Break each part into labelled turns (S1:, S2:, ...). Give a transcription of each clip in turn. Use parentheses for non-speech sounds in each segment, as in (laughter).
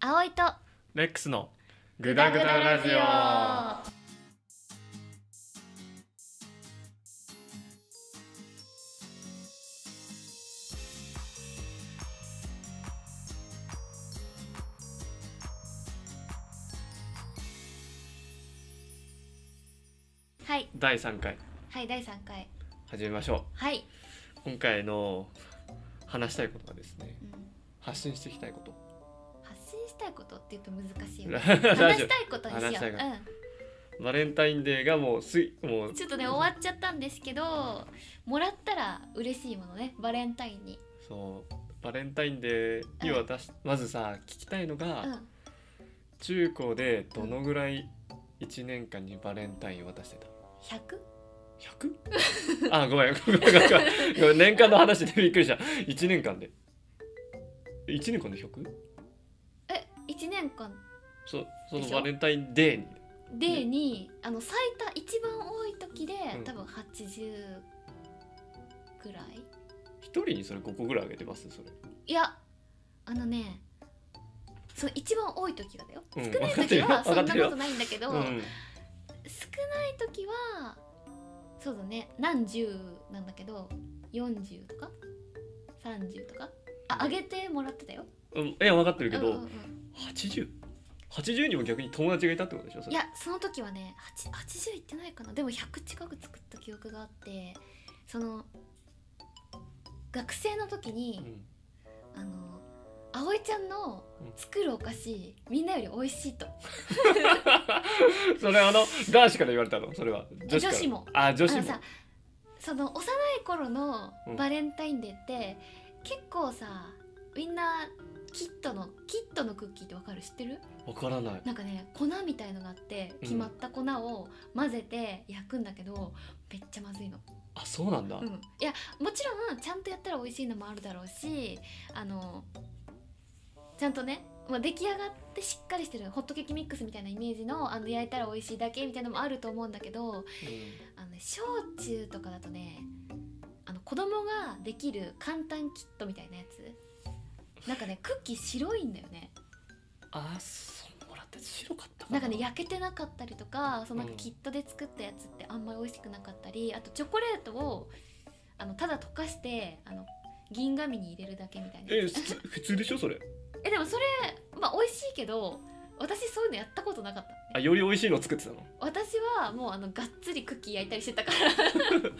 S1: 葵と
S2: レックスの
S1: グ
S2: グダグダラジオ
S1: はい
S2: 第3回
S1: はい第三回
S2: 始めましょ
S1: はい、
S2: う今回の話したいことはですね
S1: うん、
S2: 発信していきたいこと
S1: 発信したいことって言うと難しいよね
S2: ラ
S1: 話
S2: ジ
S1: したいことにしよ
S2: 話したいうこ、オバレンタインデーがもうすい
S1: うん、
S2: もう
S1: ちょっとね終わっちゃったんですけどもらったら嬉しいものねバレンタインに、
S2: そうバレンタインデーに渡し、まずさ聞きたいのが、
S1: うん、
S2: 中高でどのぐらい1年間にバレンタインを渡してた
S1: 100?
S2: 100? あごめんごめんごめんごめんごめん年間の話でびっくりした1年間で1年間で 100?
S1: え1年間
S2: そその
S1: でしょ
S2: バレンタインデーに
S1: でに、あの最多一番多い時で、
S2: うん
S1: 多分80ぐらい
S2: 1人にそれ5個ぐらいあげてますそれ
S1: いやあのねそう一番多い時がだよ、
S2: うん
S1: 少ない時はそんな
S2: わかってる
S1: こ
S2: よ
S1: とないんだけど、
S2: うん
S1: 少ない時はそうだね何十なんだけど40とか30とかあ上げてもらってたよ。
S2: うん、いや分かってるけ
S1: うんうん
S2: ど、
S1: うん
S2: 八十八十にも逆に友達がいたってことでしょそ
S1: い
S2: れ
S1: やその時はね8 80いってないかなでも100近く作った記憶があってその学生の時
S2: う
S1: に、
S2: ん、
S1: あの葵ちゃんの
S2: うん
S1: 作るお菓子みんなより美味しいと
S2: それあの男子から言われたのそれは女子か
S1: 女
S2: ら
S1: 子も
S2: あ女子
S1: あの
S2: も
S1: さその幼い頃のバレンタインデーって、結構さみんなキットのキットのクッキーってわかる知ってる
S2: 分からない
S1: なんかね粉みたいのがあって決まった粉を混ぜて焼くんだけど、めっちゃまずいの、
S2: あそうなんだ、
S1: うん、いやもちろんちゃんとやったら美味しいのもあるだろうしあのちゃんとねまあ、出来上がってしっかりしてるホットケーキミックスみたいなイメージのあの焼いたら美味しいだけみたいなのもあると思うんだけど、あのね小中とかだとねあの子供ができる簡単キットみたいなやつなんかねクッキー白いんだよね
S2: あそうもらって白かったか
S1: な
S2: なん
S1: かね焼けてなかったりとかそのなんか
S2: うん
S1: キットで作ったやつってあんまり美味しくなかったりあとチョコレートをあのただ溶かしてあの銀紙に入れるだけみたいな
S2: え普通普通でしょそれ
S1: えでもそれまあ美味しいけど私そういうのやったことなかった
S2: あより美味しいの作ってたの
S1: 私はもうあのがっつりクッキー焼いたりして
S2: (laughs)
S1: たから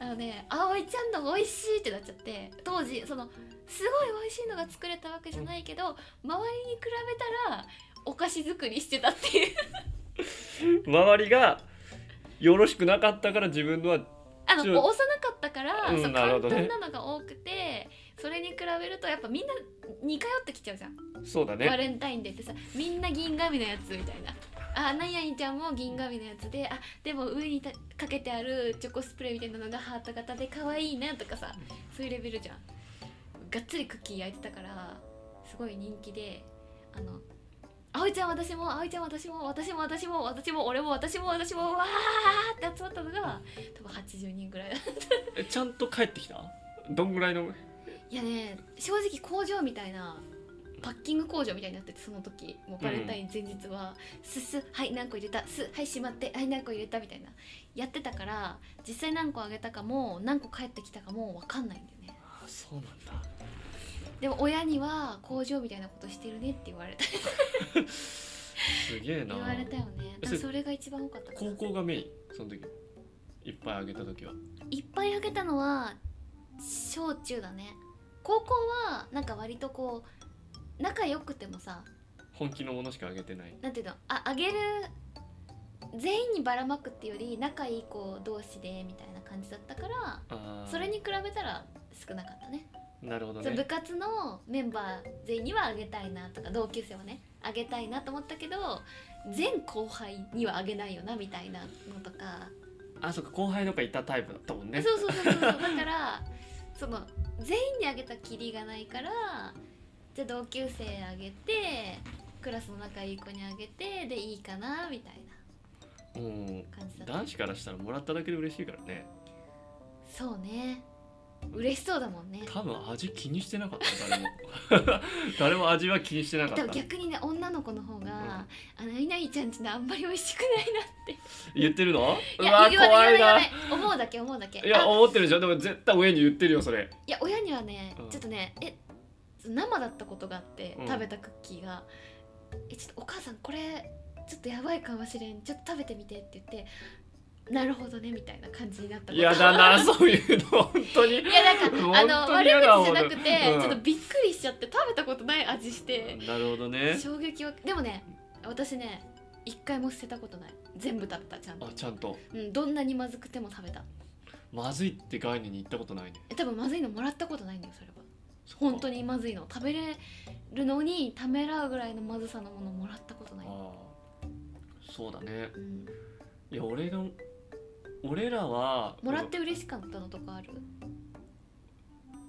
S1: あのね葵ちゃんの美味しいってなっちゃって当時そのすごい美味しいのが作れたわけじゃないけど周りに比べたらお菓子作りしてたっていう
S2: 周りがよろしくなかったから自分のは
S1: あの
S2: ちょ
S1: 幼かったから、
S2: うん
S1: そう
S2: なる
S1: 簡
S2: ほどね
S1: 単なのが多くてそれに比べるとやっぱみんな似通ってきちゃうじゃん
S2: そうだ
S1: バ
S2: ね
S1: レンタインデーってさみんな銀紙のやつみたいな。あ何々ちゃんも銀紙のやつであでも上にたかけてあるチョコスプレーみたいなのがハート型で可愛いなとかさそういうレベルじゃんがっつりクッキー焼いてたからすごい人気であの「葵ちゃん私も葵ちゃん私も私も私も私も俺も私も私もわーって集まったのが多分80人ぐらいだ
S2: えちゃんと帰ってきたどんぐらいの
S1: いやね正直工場みたいなパッキング工場みたいになっててその時もうバレンタイン前日は「すすはい何個入れたすはいしまってはい何個入れた」みたいなやってたから実際何個あげたかも何個返ってきたかも分かんないんだよね
S2: あそうなんだ
S1: でも親には工場みたいなことしてるねって言われた
S2: すげえな
S1: 言われたよね
S2: えそれ
S1: それが一番多かったかな
S2: 高校がメインその時いっぱいあげた時はい
S1: っぱいあげたのは小中だね高校はなんか割とこう仲良くてもさ
S2: 本気のものしかあげてない
S1: なんていうのああげる全員にばらまくっていうより仲いい子同士でみたいな感じだったから
S2: あー
S1: それに比べたら少なかったね
S2: なるほど
S1: そう部
S2: ね
S1: 活のメンバー全員にはあげたいなとか同級生はねあげたいなと思ったけど全後輩にはあげないよなみたいなのとか、
S2: あそっか後輩とかいたタイプだったもんね
S1: そうそうそうそうだからその全員にあげたきりがないからじゃあ同級生あげてクラスの仲いい子にあげてでいいかなみたいな
S2: うん
S1: 感じだった
S2: 男子からしたらもらっただけで嬉しいからね
S1: そうね嬉しそうだもんね
S2: 多分味気にしてなかった誰も
S1: (laughs)
S2: 誰も味は気にしてなかっ
S1: で
S2: た
S1: も逆にね女の子の方が「あのいないちゃんちのあんまり美味しくないな」
S2: (laughs)
S1: って
S2: 言ってるのう
S1: いや
S2: わ
S1: 言わな
S2: 怖
S1: い
S2: い
S1: 言わ
S2: な
S1: ない思うだけ思うだけ
S2: いや
S1: あ
S2: 思ってるでしょでも絶対親に言ってるよそれ
S1: いや親にはね
S2: うん
S1: ちょっとねえ生だったことがあって
S2: うん
S1: 食べたクッキーが「えちょっとお母さんこれちょっとやばいかもしれんちょっと食べてみて」って言って「なるほどね」みたいな感じになったこと
S2: 嫌だなそういうの本当に
S1: いやなんかあの
S2: 本当
S1: 悪
S2: に嫌だ
S1: 口じゃなくて、
S2: 俺うん
S1: ちょっとびっくりしちゃって食べたことない味して、
S2: なるほどね
S1: 衝撃をでもね私ね一回も捨てたことない全部食べたちゃんと
S2: あ、ちゃんと
S1: うん、どんなにまずくても食べた
S2: まずいって概念に言ったことないね
S1: え多分まずいのもらったことないんだよそれは本当
S2: に
S1: にまずいの食べれるのにためらうぐらいのまずさのものもらったことない、
S2: あーそうだね
S1: うん、
S2: いや俺の俺らは
S1: もらって嬉しかったのとかある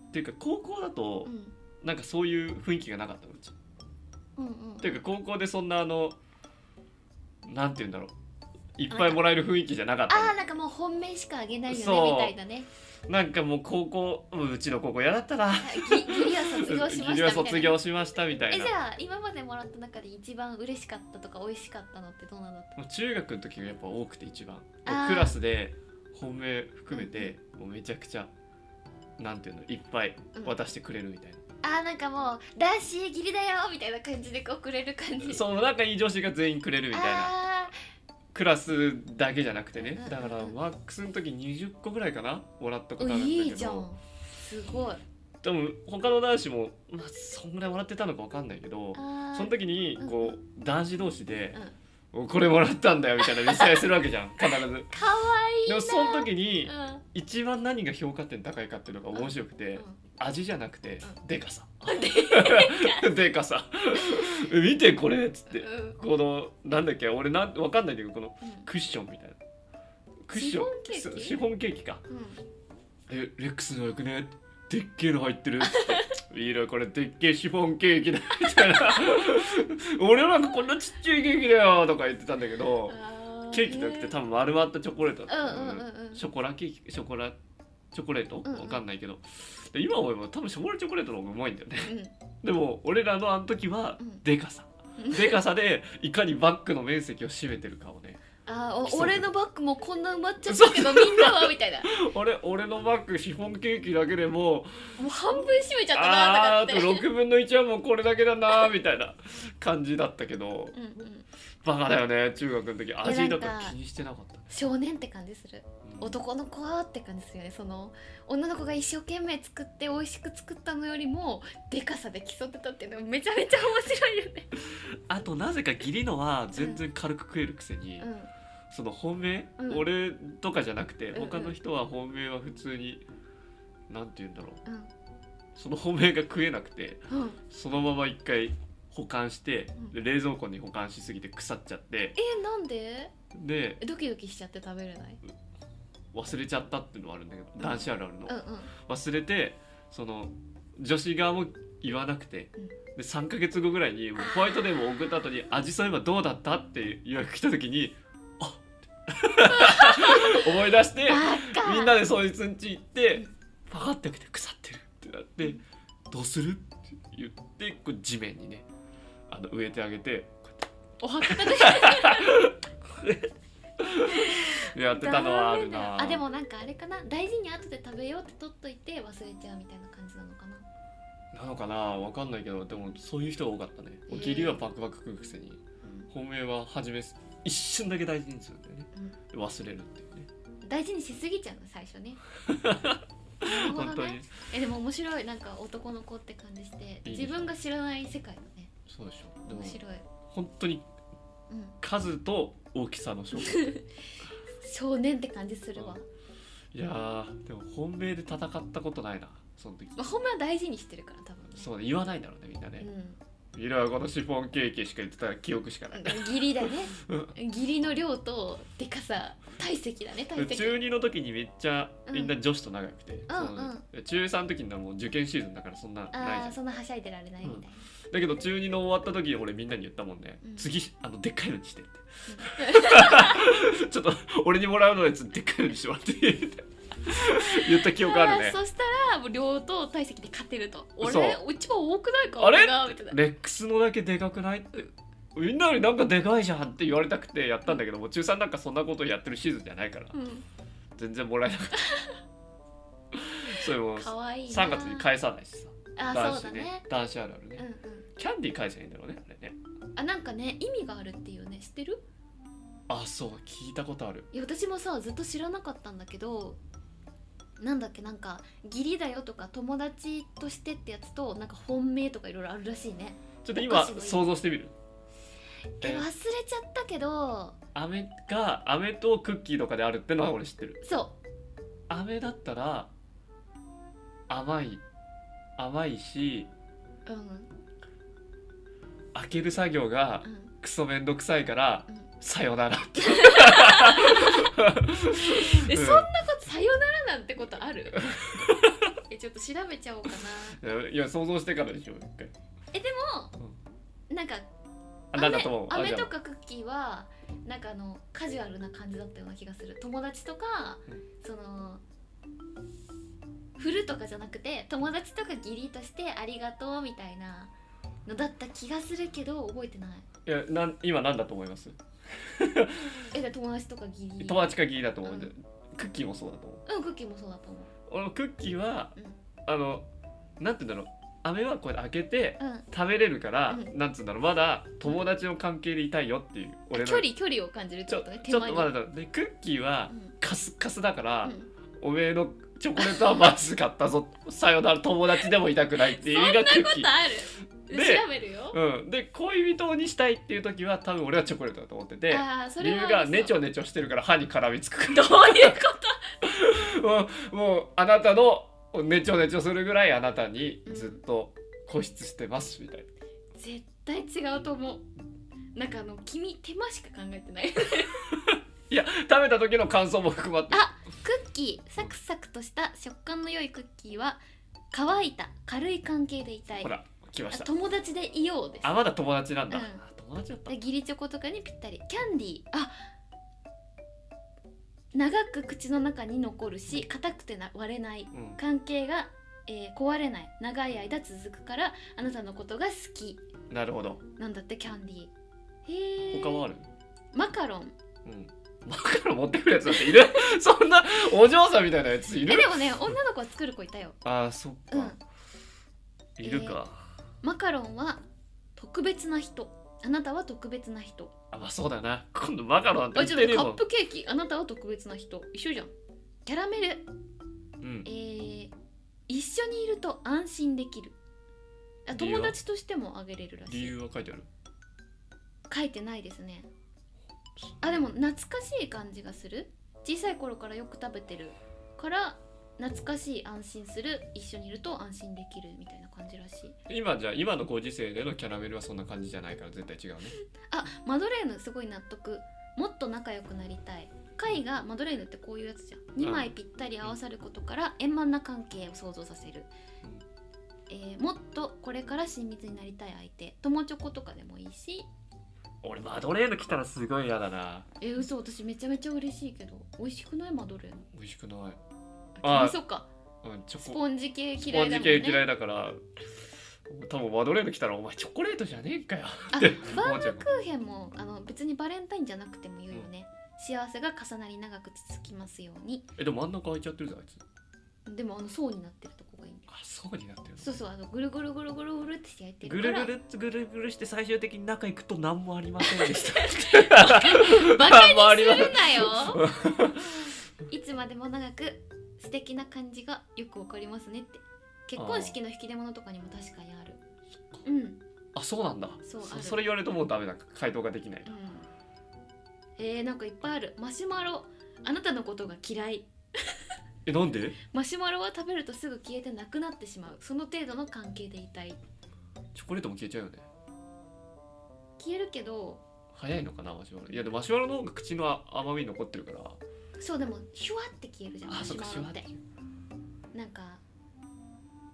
S2: っていうか高校だと
S1: うん
S2: なんかそういう雰囲気がなかったのうち
S1: うんうん
S2: っていうか高校でそんなあのなんて言うんだろういっぱいもらえる雰囲気じゃなかった
S1: ああなんかもう本命しかあげないよ
S2: そう
S1: ねみたいなね
S2: のなんかもう高校うんうちの高校嫌だったな
S1: あぎギリは卒業しましたみたい
S2: ギリ
S1: な
S2: は卒業しましたみ
S1: え
S2: たい
S1: じ
S2: な
S1: ゃあ今までもらった中で一番嬉しかったとか美味しかったのってどうなんだった
S2: もう中学の時がやっぱ多くて一番
S1: あー
S2: クラスで本命含めてもうめちゃくちゃなんていうのいっぱい渡してくれるみたいな、
S1: あーなんかもう「だし義理だよ」みたいな感じでこうくれる感 (laughs) じ
S2: その仲いい上司が全員くれるみたいな
S1: あ
S2: クラスだけじゃなくて
S1: うんうん
S2: ね
S1: うん
S2: だからマックスの時20個ぐらいかなもらったことあ
S1: ー
S2: るんだけど
S1: いいじゃんすごい
S2: でも他の男子も、まあ、そんぐらいもらってたのかわかんないけど
S1: あー
S2: その時に
S1: うん
S2: こう男子同士で
S1: うん
S2: 「おこれもらったんだよ」みたいな見せ合いするわけじゃん必ず。
S1: かわいい
S2: で
S1: な
S2: もその時に
S1: うんうん
S2: 一番何が評価点高いかっていうのが面白くて味じゃなくて
S1: うん
S2: でかさ (laughs) でかさ見てこれっつって
S1: うん
S2: このなんだっけ俺なんわかんないけどこの
S1: うん
S2: クッションみたいなクッション
S1: シフォンケーキ
S2: シフォンケーキか
S1: うん
S2: えレックスのよくねでっけえの入ってるっつっていいなこれでっけえシフォンケーキだみたい (laughs) な俺なんかこんなちっちゃいケーキだよとか言ってたんだけど
S1: あ
S2: ケーキじゃなくて多分丸まったチョコレートだった
S1: うんうんうんうん
S2: ショコラケーキショコラチョコレート、
S1: うんうん
S2: わかんないけどで今思えば多分ショコラチョコレートの方がうまいんだよね
S1: うん
S2: でも俺らのあの時は
S1: うん
S2: でかさ、
S1: うん
S2: でかさでいかにバッグの面積を占めてるかをね
S1: あー
S2: そう
S1: お俺のバッグもこんな埋まっちゃったけどみんなはみたいな
S2: 俺俺のバッグシフォンケーキだけでも
S1: もう半分閉めちゃった
S2: あ
S1: なと
S2: ーあと
S1: かって
S2: 6分の1はもうこれだけだなー (laughs) みたいな感じだったけど
S1: うんうん
S2: バカだよね中学の時味
S1: な
S2: と
S1: ん
S2: か
S1: か
S2: 気にしてなかった
S1: 少年って感じする
S2: うん
S1: 男の子はって感じですよねその女の子が一生懸命作って美味しく作ったのよりもでかさで競ってたっていうのがめちゃめちゃ面白いよね。
S2: あとなぜか義理のは全然軽く食えるくせに、その本命、
S1: うん
S2: 俺とかじゃなくて
S1: うんうん
S2: 他の人は本命は普通になんて言うんだろう
S1: うんうん
S2: その本命が食えなくて
S1: うん、
S2: そのまま一回保管して
S1: うん
S2: で冷蔵庫に保管しすぎて腐っちゃって
S1: えなんで
S2: で
S1: ドキドキしちゃって食べれない
S2: 忘れちゃったっていうのはあるんだけど
S1: ん
S2: 男子あるあるの
S1: うん。うん
S2: 忘れてその女子側も言わなくて、
S1: うん
S2: で3ヶ月後ぐらいにもうホワイトデーも送った後に「味そういえばどうだった?」って予約来た時に「あっ! 」思い出して (laughs)
S1: バカ
S2: みんなでそいつん家行って
S1: うん
S2: パカッて開けて腐ってるってなって
S1: うん
S2: 「どうする?」って言ってこう地面にねあの植えてあ
S1: (laughs)
S2: げてこ
S1: お墓で
S2: うやってたのはある
S1: ダメ
S2: な
S1: だあでもなんかあれかな大事に後で食べようって取っといて忘れちゃうみたいな感じなのかな
S2: なのかなわかんないけどでもそういう人が多かったね
S1: へー
S2: 義理はパクパク食うくせに。本命は初め一瞬だけ大事にするんだよね、忘れるっていうね
S1: 大事にしすぎちゃうの最初
S2: (laughs)
S1: ねなるほどね
S2: 本当に
S1: えでも面白いなんか男の子って感じして
S2: いい
S1: 自分が知らない世界だね
S2: そうでしょでも
S1: 面白い、
S2: 本当に
S1: うん、
S2: 数と大きさの勝負
S1: (laughs) 少年って感じするわ
S2: うん、いやーでも本命で戦ったことないなその時
S1: まあ、本命は大事にしてるから多分ね
S2: そうね言わないだろうねみんな
S1: う
S2: ね、
S1: ん
S2: いろいろこのシフォンケーキしか言ってたら記憶しかない、
S1: 義理だ
S2: (laughs)
S1: ね義理の量とでかさ体積だね体積
S2: 中2の時にめっちゃ
S1: うん
S2: みんな女子と仲良くて、
S1: うん
S2: その中3の時にはもう受験シーズンだからそんなないじ
S1: あ
S2: ゃ
S1: あ
S2: ん
S1: そんなはしゃいでられないみたいな、
S2: だけど中2の終わった時に俺みんなに言ったもんね、
S1: うん
S2: 次あのでっかいの
S1: (laughs)
S2: にしてってちょっと俺にもらうのやつでっかいのにしてもらってって言った記憶あるね
S1: ーそしたらもう両党体積で勝てると
S2: そう
S1: 俺一番多くないか
S2: あれ
S1: 俺がみたいな
S2: レックスのだけでかくないってみんなよりなんかでかいじゃんって言われたくてやったんだけどもう中3なんかそんなことやってるシーズンじゃないから
S1: うん
S2: 全然もらえなかった
S1: (laughs)
S2: それも
S1: 可愛いな
S2: 3月に返さないしさ
S1: あ
S2: 男
S1: そうだ
S2: 子ね
S1: ね
S2: 男子あるある
S1: う
S2: ね、
S1: んうん
S2: キャンディー返せばいいんだろうねあれね
S1: あなんかね意味があるっていうね知ってる
S2: あそう聞いたことある
S1: いや私もさずっと知らなかったんだけどなんだっけなんか義理だよとか友達としてってやつとなんか本命とかいろいろあるらしいね
S2: ちょっと
S1: お
S2: 今
S1: 菓子の意味
S2: 想像してみる
S1: え忘
S2: え
S1: れちゃったけど
S2: 飴が飴とクッキーとかであるってのは俺知ってる
S1: そう
S2: 飴だったら甘い甘いし
S1: うん
S2: 開ける作業が
S1: うん
S2: クソめんどくさいから
S1: うん
S2: さよならって
S1: え、
S2: う
S1: そ
S2: ん
S1: んなことさよならなんてことある (laughs) えちょっと調べちゃおうかない
S2: や想像してからでしょ一回
S1: えでも、なんか
S2: あなんだと思うあ
S1: 飴
S2: じゃあ
S1: とかクッキーはなんかあのカジュアルな感じだったような気がする友達とか、
S2: うん
S1: その振るとかじゃなくて友達とか義理としてありがとうみたいなのだった気がするけど覚えてない
S2: いやなん今なんだと思います
S1: えだ友達とか義理
S2: 友達か義理だと思うんで、
S1: う
S2: クッキーもそうだと思う
S1: うんクッキーもそうだと思う
S2: 俺もクッキーは、
S1: うん
S2: あのなんて言うんだろう飴はこうやって開けて
S1: うん
S2: 食べれるから、
S1: うん
S2: なんつうんだろうまだ友達の関係でいたいよっていう俺の
S1: 距離距離を感じるって
S2: ち
S1: こ
S2: ょ
S1: とね
S2: ちょ
S1: 手
S2: っと
S1: 前に
S2: まだだでクッキーは
S1: うん
S2: カスカスだから、
S1: うん
S2: おめえのチョコレートはまずかったぞ (laughs) さよなら友達でもいたくないっていう意味がクッ
S1: こ
S2: キ
S1: と
S2: ー
S1: ある
S2: で
S1: 調べるよ
S2: うん、で恋人にしたいっていう時は多分俺はチョコレートだと思ってて
S1: あーそ
S2: 理
S1: れは
S2: 由がネチ
S1: ど
S2: ョネチョしてるから歯に絡みつく
S1: ういうこと
S2: (laughs) もうもうあなたのねちょねちょするぐらいあなたにずっと固執してますみたいな、
S1: 絶対違うと思うなんかあの君手間しか考えてない
S2: いや食べた時の感想も含まって
S1: あクッキーサクサクとした食感の良いクッキーは乾いた軽い関係でいたい
S2: ほら来ま
S1: あ
S2: した
S1: 友達でいようです
S2: あまだ友達なんだ、
S1: うん
S2: あ友達だった
S1: で義理チョコとかにぴったりキャンディーあ長く口の中に残るし硬くてな割れない
S2: うん
S1: 関係が、えー壊れない長い間続くからあなたのことが好き
S2: なるほど
S1: なんだってキャンディーへえ
S2: 他はある、
S1: マカロン
S2: うんマカロン持ってくるやつだっている (laughs) そんなお嬢さんみたいなやつい
S1: え
S2: る
S1: でもね女の子は作る子いたよ
S2: あーそっ
S1: う
S2: か
S1: ん、
S2: いるか、
S1: マカロンは特別な人あなたは特別な人
S2: あまあそうだな今度マカロンなんて
S1: あ
S2: 売っ
S1: ちょ
S2: て
S1: っと
S2: ねえ
S1: カ
S2: も
S1: ッ
S2: ん、
S1: プケーキあなたは特別な人一緒じゃんキャラメル
S2: うん
S1: え、ー、一緒にいると安心できるあ
S2: 理由は
S1: 友達としてもあげれるら
S2: 理
S1: しい
S2: 由は書いてある
S1: 書いてないですねあでも懐かしい感じがする小さい頃からよく食べてるから懐かしい安心する一緒にいると安心できるみたいな感じらしい
S2: 今じゃあ今のご時世でのキャラメルはそんな感じじゃないから絶対違うね
S1: あマドレーヌすごい納得もっと仲良くなりたい貝がマドレーヌってこういうやつじゃん2枚ぴったり合わさることから円満な関係を想像させる
S2: うん、
S1: えーもっとこれから親密になりたい相手友チョコとかでもいいし
S2: 俺マドレーヌ来たらすごい嫌だな
S1: えー、嘘私めちゃめちゃ嬉しいけど美味しくないマドレーヌ
S2: 美味しくない、あ
S1: あ君そっか
S2: うん、チ
S1: ス
S2: ョコ
S1: ポンジ系
S2: ス
S1: 嫌
S2: ポ
S1: い
S2: ン
S1: だ
S2: ジ
S1: もんね
S2: 系嫌いだから多分マドレーヌ来たらお前チョコレートじゃねえかよ (laughs)
S1: あ
S2: って
S1: バ
S2: 思っちゃう
S1: クーヘンもあの別にバレンタインじゃなくてもいいよね、幸せが重なり長く続きますように
S2: えでも真ん中空いちゃってるじゃんあいつ
S1: でもあの層になってるとこがいいんだよ
S2: あそうになってる
S1: そうそうあのぐるぐるぐるぐるぐるって焼いて
S2: ぐ
S1: る
S2: る
S1: か
S2: ぐ
S1: ら
S2: るぐるぐるして最終的に中行くと何もありませんでした
S1: バカに
S2: 周りは
S1: するなよいつまでも長く素敵な感じがよくわかりますねって結婚式の引き出物とかにも確かにあるうん、うん、
S2: (laughs) あそうなんだ
S1: そうあ
S2: そ
S1: る
S2: それ言われるともうダメだ回答ができないな
S1: えー、なんかいっぱいあるマシュマロあなたのことが嫌い
S2: えなんで
S1: マシュマロは食べるとすぐ消えてなくなってしまうその程度の関係でいたい
S2: チョコレートも消えちゃうよね
S1: 消えるけど
S2: 早いのかなマシュマロいやでもマシュマロの方が口の甘み残ってるから
S1: そうでもシュワって消えるじゃんマ
S2: あ
S1: シ
S2: そっ
S1: ュ
S2: か
S1: マ
S2: シ
S1: ロ
S2: ュ
S1: っ
S2: ワ
S1: てなんか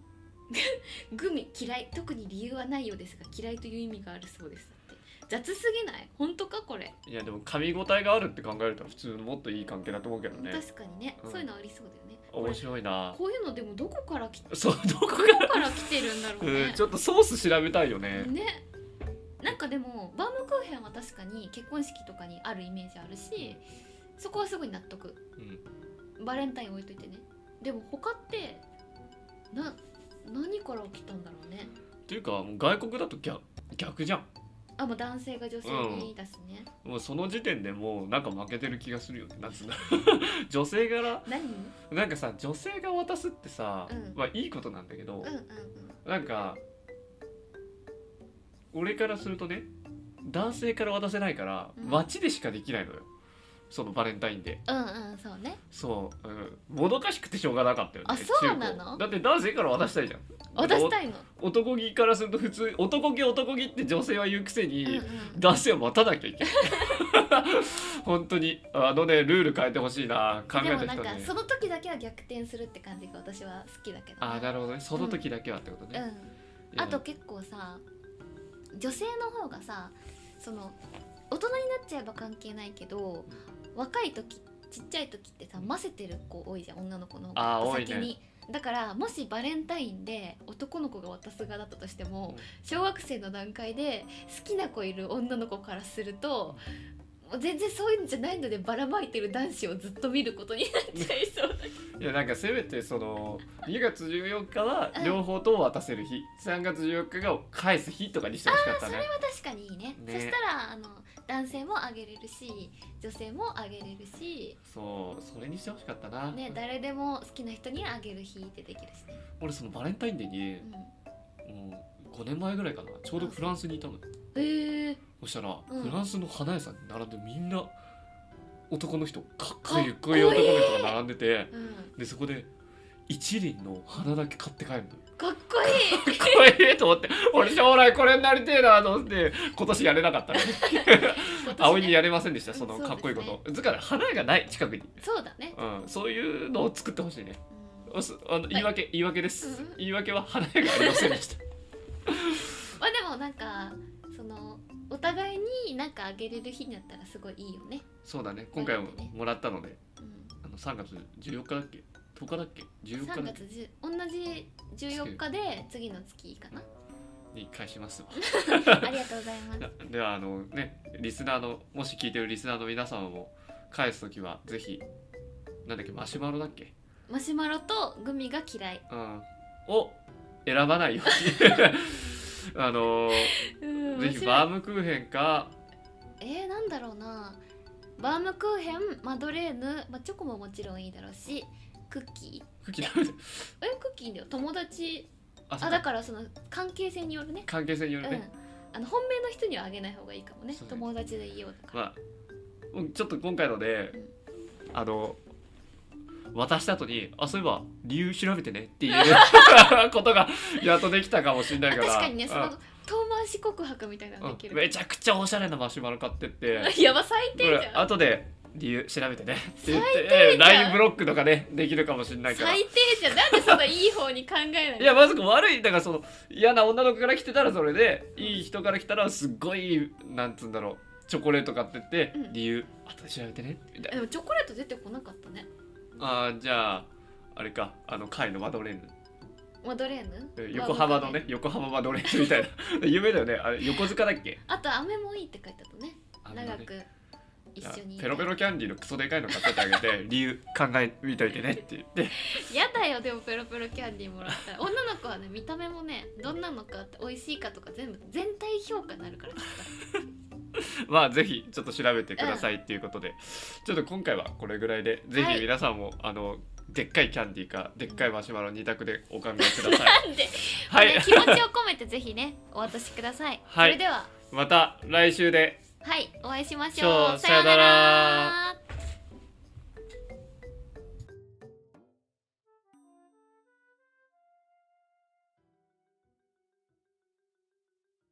S1: (laughs) グミ嫌い特に理由はないようですが嫌いという意味があるそうですだって雑すぎない本当かこれ、
S2: いやでも噛み応えがあるって考えると普通のもっといい関係だと思うけどね
S1: 確かにね、
S2: うん
S1: そういうのありそうだよね
S2: 面白いな
S1: こういうのでもどこからきど
S2: そう (laughs) どこか
S1: こから来てるんだろう
S2: ら、
S1: ね
S2: うん、ちょっとソース調べたいよね
S1: ねなんかでもバームクーヘンは確かに結婚式とかにあるイメージあるしそこはすごい納得
S2: うん
S1: バレンタイン置いといてねでも他ってな何から起きたんだろうね
S2: っていうかもう外国だと逆逆じゃん
S1: あもう男性が女性にだしね、
S2: もうその時点でもうなんか負けてる気が (laughs) するよねなんつうの女性柄
S1: 何
S2: なんかさ女性が渡すってさ、
S1: うん
S2: まあいいことなんだけ
S1: う
S2: ど
S1: ん、うんうん
S2: なんか俺からするとね男性から渡せないから、
S1: うん
S2: 街でしかできないのよそのバレンタインで
S1: うんうんそうね
S2: そう、うん、もどかしくてしょうがなかったよね
S1: あそうなの
S2: 中高だって男性から渡したいじゃん
S1: 渡したいの、
S2: お男気からすると普通男気男気って女性は言うくせに、
S1: うんうん、
S2: 男性は待たなきゃいけない (laughs) 本当にあのねルール変えてほしいな考え
S1: でも
S2: た
S1: なん
S2: 人
S1: か
S2: ね
S1: その時だけは逆転するって感じが私は好きだけど
S2: あーな
S1: る
S2: るほどねその時だけはってことね、
S1: うん
S2: いや
S1: あと結構さ女性の方がさその大人になっちゃえば関係ないけど若い時ちっちゃい時ってさ混ぜてる子多いじゃん女の子の方が
S2: あー多いね
S1: 先に、だからもしバレンタインで男の子が渡す側だったとしても小学生の段階で好きな子いる女の子からするともう全然そういうんじゃないのでばらまいてる男子をずっと見ることになっちゃいそうだ
S2: いやなんかせめてそ
S1: (laughs)
S2: の2月14日は両方とも渡せる日、3月14日が返す日とかにしてほしかったね
S1: 確かにいいね
S2: ね
S1: そしたらあの男性もあげれるし女性もあげれるし、
S2: そうそれにしてほしかったな、
S1: ね、誰でも好きな人にあげる日ってできるしね、
S2: 俺そのバレンタインデーに
S1: うん、
S2: もう5年前ぐらいかなちょうどフランスにいたのよ
S1: えー、
S2: そしたら、
S1: うん
S2: フランスの花屋さんに並んでみんな男の人かっこい
S1: かっ
S2: いかっ
S1: こ
S2: こ
S1: いい
S2: いい男の人が並んでて
S1: うん、
S2: でそこで一輪の花だけ買って帰るのよ
S1: かっこいい
S2: (laughs) かっこいいと思って俺将来これになりてえなと思って今年やれなかったね葵にやれませんでしたそ
S1: そ
S2: の
S1: うですね
S2: かっこいいこと、だから花がない近くに、
S1: そうだね、
S2: うん、そういうのを作ってほしいね
S1: うん
S2: おすあの言い訳、言い訳です、
S1: うん
S2: 言い訳は花屋がありませんでした
S1: まあでもなんかそのお互いになんかあげれる日になったらすごいいいよね、
S2: そうだね今回ももらったので
S1: うん、
S2: あの3月14日だっけ10日だっけ14日
S1: 3
S2: だっけ
S1: 月10同じ14日で次の月か
S2: (laughs)
S1: な
S2: に返しますわ
S1: ありがとうございます
S2: なではあのねリスナーのもし聞いてるリスナーの皆様も返す時はぜひなんだっけマシュマロだっけ、
S1: マシュマロとグミが嫌い、
S2: うん、を選ばないように (laughs) あの
S1: うん
S2: ぜひバームクーヘンか
S1: えー、なんだろうなバームクーヘンマドレーヌ、まあ、チョコももちろんいいだろうしクッキー
S2: クッキー
S1: えクッキーだよ友達
S2: あそ
S1: あ
S2: う
S1: だ
S2: か
S1: からその関係性によるね
S2: 関係性によるね、
S1: うんあの本命の人にはあげない方がいいかもね
S2: そうね
S1: 友達でいようだから、
S2: まあもうちょっと今回ので、
S1: うん
S2: あの渡した後にあそういえば理由調べてね
S1: (laughs)
S2: っていうことがやっとできたかもしれない
S1: あ
S2: から
S1: 確かにねその
S2: うん
S1: 遠回し告白みたいなのでき
S2: うん
S1: る、
S2: めちゃくちゃおしゃれなマシュマロ買ってって
S1: やば最
S2: こ
S1: 低じ
S2: れ
S1: ゃん
S2: 後で理由調べてねって言っ
S1: 最低
S2: て
S1: じゃん
S2: LINE ブロックとかねできるかもしれないから
S1: 最
S2: い
S1: 低じゃんなんでそんないい方に考えないの
S2: (laughs) やまずく悪いだからその嫌な女の子から来てたらそれでいい人から来たらすっごいなんつうんだろうチョコレート買ってって
S1: うん
S2: 理由後で調べてねみたい
S1: でもチョコレート出てこなかったね
S2: なあーじゃああれかあの貝のマドレーヌ
S1: マドレーヌ
S2: え横浜
S1: バ
S2: の
S1: ームクーヘン
S2: ね横浜マドレーヌみたいな (laughs) 夢だよねあれ横塚だっけ
S1: あと飴もいいって書いてあったね
S2: あのね
S1: 長く一緒に
S2: ペロペロキャンディーのクソでかいの買ってってあげて理由考えみといてねって言って
S1: やだよでもペロペロキャンディーもらったら女の子はね見た目もねどんなのかって美味しいかとか全部全体評価になるから
S2: (laughs) まあぜひちょっと調べてくださいっていうことで、ちょっと今回はこれぐらいでぜ
S1: は
S2: ひ
S1: い
S2: 皆さんも、あのでっかいキャンディーかでっかいマシュマロ2択でお考えください
S1: なんで、
S2: は
S1: ね
S2: い
S1: 気持ちを込めて (laughs) ぜひねお渡しください、
S2: はい
S1: それでは
S2: また来週で
S1: はいお会いしまし
S2: そ
S1: ょう
S2: うさよなら
S1: さよなら